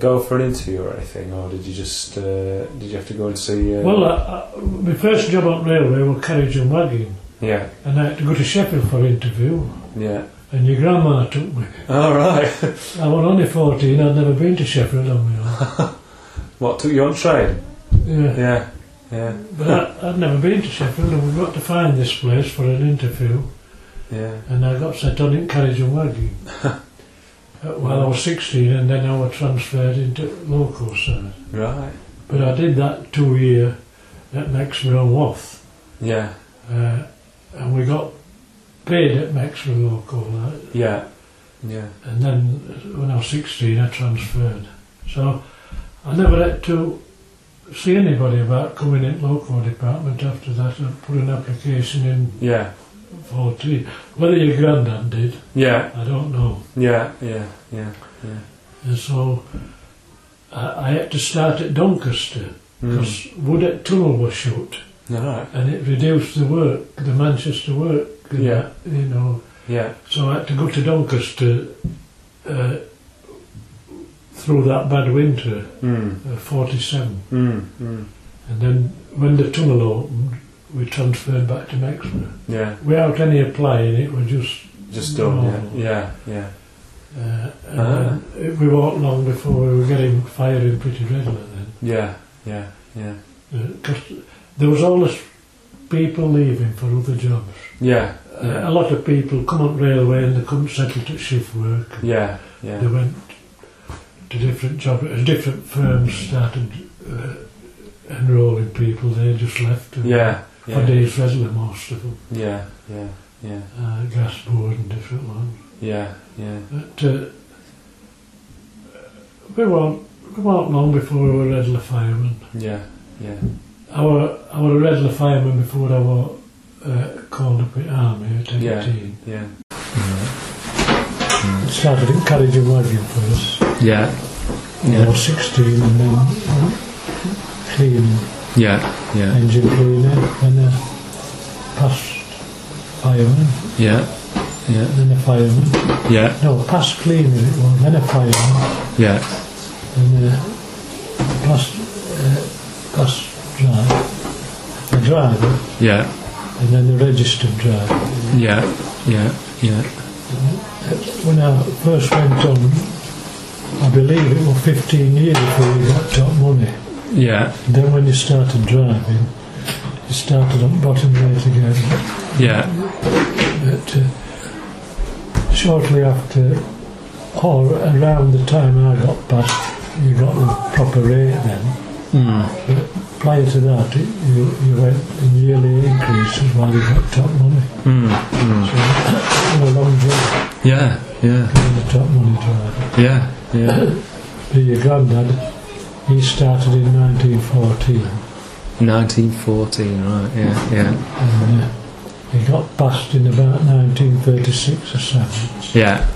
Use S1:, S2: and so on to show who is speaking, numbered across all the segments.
S1: go for an interview or anything, or did you just uh, did you have to go and see? Uh,
S2: Well, uh, uh, my first job on railway was carriage and wagon,
S1: yeah,
S2: and I had to go to Sheffield for interview,
S1: yeah.
S2: and your grandma took me.
S1: All right.
S2: I was only 14, I'd never been to Sheffield on my own.
S1: what took you on train?
S2: Yeah.
S1: Yeah, yeah,
S2: But I, I'd never been to Sheffield, and we got to find this place for an interview,
S1: yeah.
S2: and I got set on in carriage and wagon. Uh, Well, I was 16, and then I was transferred into local service.
S1: Right.
S2: But I did that two year at Maxwell Wath.
S1: Yeah,
S2: Uh, and we got paid at Maxwell Local. uh,
S1: yeah, yeah.
S2: And then when I was 16, I transferred. So I never had to see anybody about coming in local department after that. I put an application in
S1: Yeah,
S2: 14. Whether your granddad did,
S1: yeah,
S2: I don't know.
S1: yeah, yeah, yeah.
S2: And so I, I had to start at Doncaster because Wood at Tunnel was shut
S1: Hmm. All right.
S2: and it reduced the work, the Manchester work. and
S1: Yeah.
S2: that, You know,
S1: Yeah,
S2: So I had to go to Doncaster uh, through that bad winter,
S1: mm,
S2: uh, 47.
S1: mm, mm.
S2: And then when the tunnel opened, we transferred back to Maxwell.
S1: Yeah,
S2: Without any applying, it was just.
S1: just done.
S2: No.
S1: Yeah, yeah, yeah.
S2: Uh, and
S1: Ah.
S2: then it- we weren't long before we were getting fired in pretty regular then.
S1: Yeah, yeah, yeah,
S2: Because there was always people leaving for other jobs.
S1: yeah,
S2: Uh,
S1: Yeah.
S2: A lot of people come on railway and they come settled at shift work.
S1: yeah,
S2: They
S1: yeah,
S2: went to different job, uh, different firms started uh, enrolling people. They just left. And
S1: yeah,
S2: For
S1: yeah,
S2: days regular, most of them,
S1: yeah, yeah, yeah,
S2: uh, gas board and different ones.
S1: yeah, yeah.
S2: But uh, we weren't we weren't long before we were regular firemen.
S1: Yeah, yeah,
S2: I were I were a regular fireman before I was uh, called up in army at
S1: Yeah.
S2: eighteen.
S1: yeah.
S2: Started in carriage and wagon first.
S1: Yeah,
S2: I was sixteen and then uh, cleaning.
S1: yeah, yeah,
S2: engine cleaner and a past fireman,
S1: yeah, yeah,
S2: then a fireman.
S1: yeah,
S2: No, past cleaner it was, then a fireman,
S1: yeah,
S2: and a past, uh, past driver, a driver,
S1: yeah,
S2: and then the registered driver.
S1: yeah, yeah, yeah.
S2: When I first went on, I believe it was 15 years before you got top money.
S1: Yeah,
S2: Then when you started driving, you started on bottom rate again.
S1: yeah,
S2: But uh, shortly after, or around the time I got past, you got the proper rate then.
S1: mm.
S2: But prior to that, it, you, you went in yearly increases while you got top money.
S1: Mm. Mm.
S2: So what a long job
S1: yeah, yeah,
S2: being a top money driver.
S1: yeah, yeah.
S2: But your granddad, he started in 1914
S1: 1914, right, yeah, yeah,
S2: and uh, he got passed in about 1936 or 7.
S1: yeah,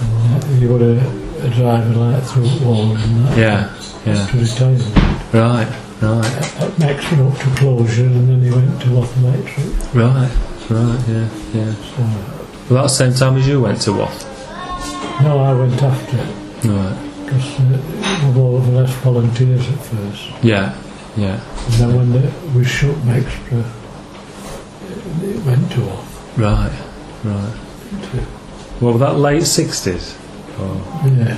S2: And, uh, he were a, a driver like through Wall and that.
S1: yeah, yeah,
S2: to retirement.
S1: right, right,
S2: At Max went up to closure and then he went to Watt Electric.
S1: right, right, yeah, yeah.
S2: So,
S1: Well, that's the same time as you went to Watt.
S2: no, I went after
S1: Right,
S2: because uh, we were less volunteers at first.
S1: yeah, yeah,
S2: And then when the, we shut Maxtra, it went to Watt.
S1: right, right. What, was that late 60s? Oh,
S2: Yeah.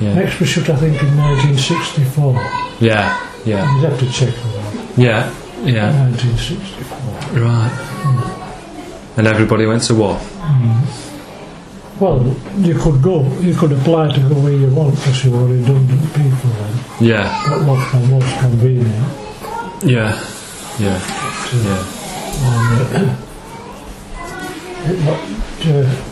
S1: yeah,
S2: Maxtra shut, I think, in 1964.
S1: yeah, yeah,
S2: You'd have to check on that.
S1: yeah, yeah.
S2: 1964.
S1: Right. And everybody went to war.
S2: Well, you could go, you could apply to go where you want because you were redundant people then.
S1: Yeah.
S2: That was my most convenient.
S1: Yeah. Yeah. Yeah.
S2: It got uh,